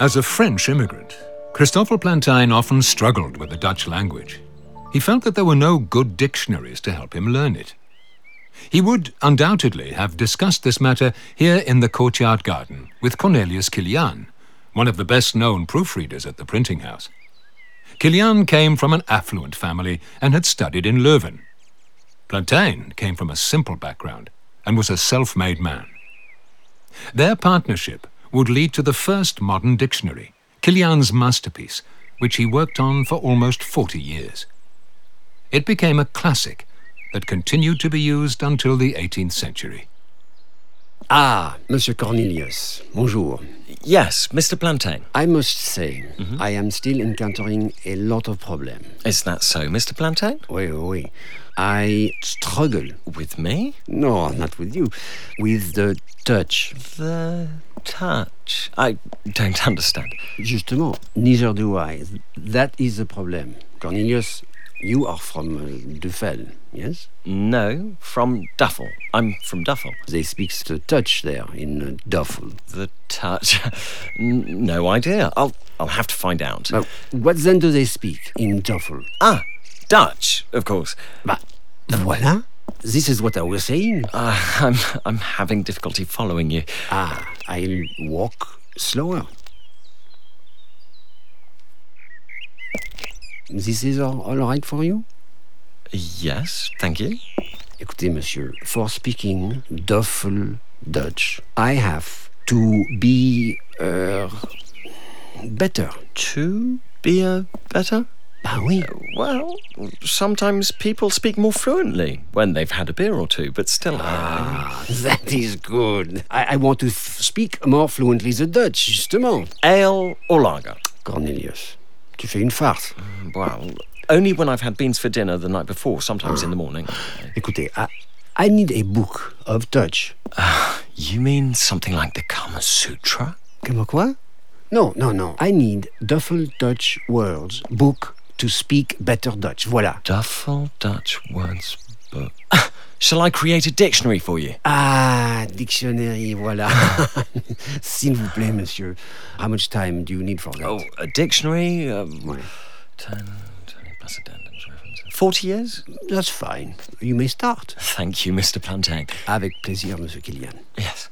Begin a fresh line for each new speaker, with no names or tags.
As a French immigrant, Christoffel Plantain often struggled with the Dutch language. He felt that there were no good dictionaries to help him learn it. He would undoubtedly have discussed this matter here in the courtyard garden with Cornelius Kilian, one of the best known proofreaders at the printing house. Kilian came from an affluent family and had studied in Leuven. Plantain came from a simple background and was a self made man. Their partnership would lead to the first modern dictionary, Kilian's masterpiece, which he worked on for almost 40 years. It became a classic that continued to be used until the 18th century.
Ah, Monsieur Cornelius, bonjour.
Yes, Mr. Plantain.
I must say, I am still encountering a lot of problems.
Is that so, Mr. Plantain?
Oui, oui. oui. I struggle.
With me?
No, not with you. With the touch.
The touch. I don't understand.
Justement, neither do I. That is the problem. Cornelius, you are from uh, Duffel, yes?
No, from Duffel. I'm from Duffel.
They speak the touch there in uh, Duffel.
The touch. N- no idea. I'll I'll have to find out.
But what then do they speak in Duffel?
Ah, Dutch, of course.
But voilà. This is what I was saying.
Uh, I'm I'm having difficulty following you.
Ah, I'll walk slower. This is all, all right for you?
Yes, thank you.
Écoutez, monsieur, for speaking Duffel Dutch, I have to be uh, better.
To be a better.
Bah oui.
Well, sometimes people speak more fluently when they've had a beer or two, but still. uh,
That is good. I, I want to f- speak more fluently the Dutch, justement.
Ale or lager?
Cornelius, tu fais une farce.
Well, only when I've had beans for dinner the night before, sometimes in the morning.
Écoutez, I, I need a book of Dutch.
You mean something like the Kama Sutra?
Comment quoi? No, no, no. I need Duffel Dutch words book to speak better Dutch. Voilà.
Duffel Dutch words book. Shall I create a dictionary for you?
Ah, dictionary, voilà. S'il vous plaît, monsieur. How much time do you need for that?
Oh, a dictionary? Um, 10, 20 plus addendums, references. 40 years?
That's fine. You may start.
Thank you, Mr. Plantain.
Avec plaisir, monsieur Kilian.
Yes.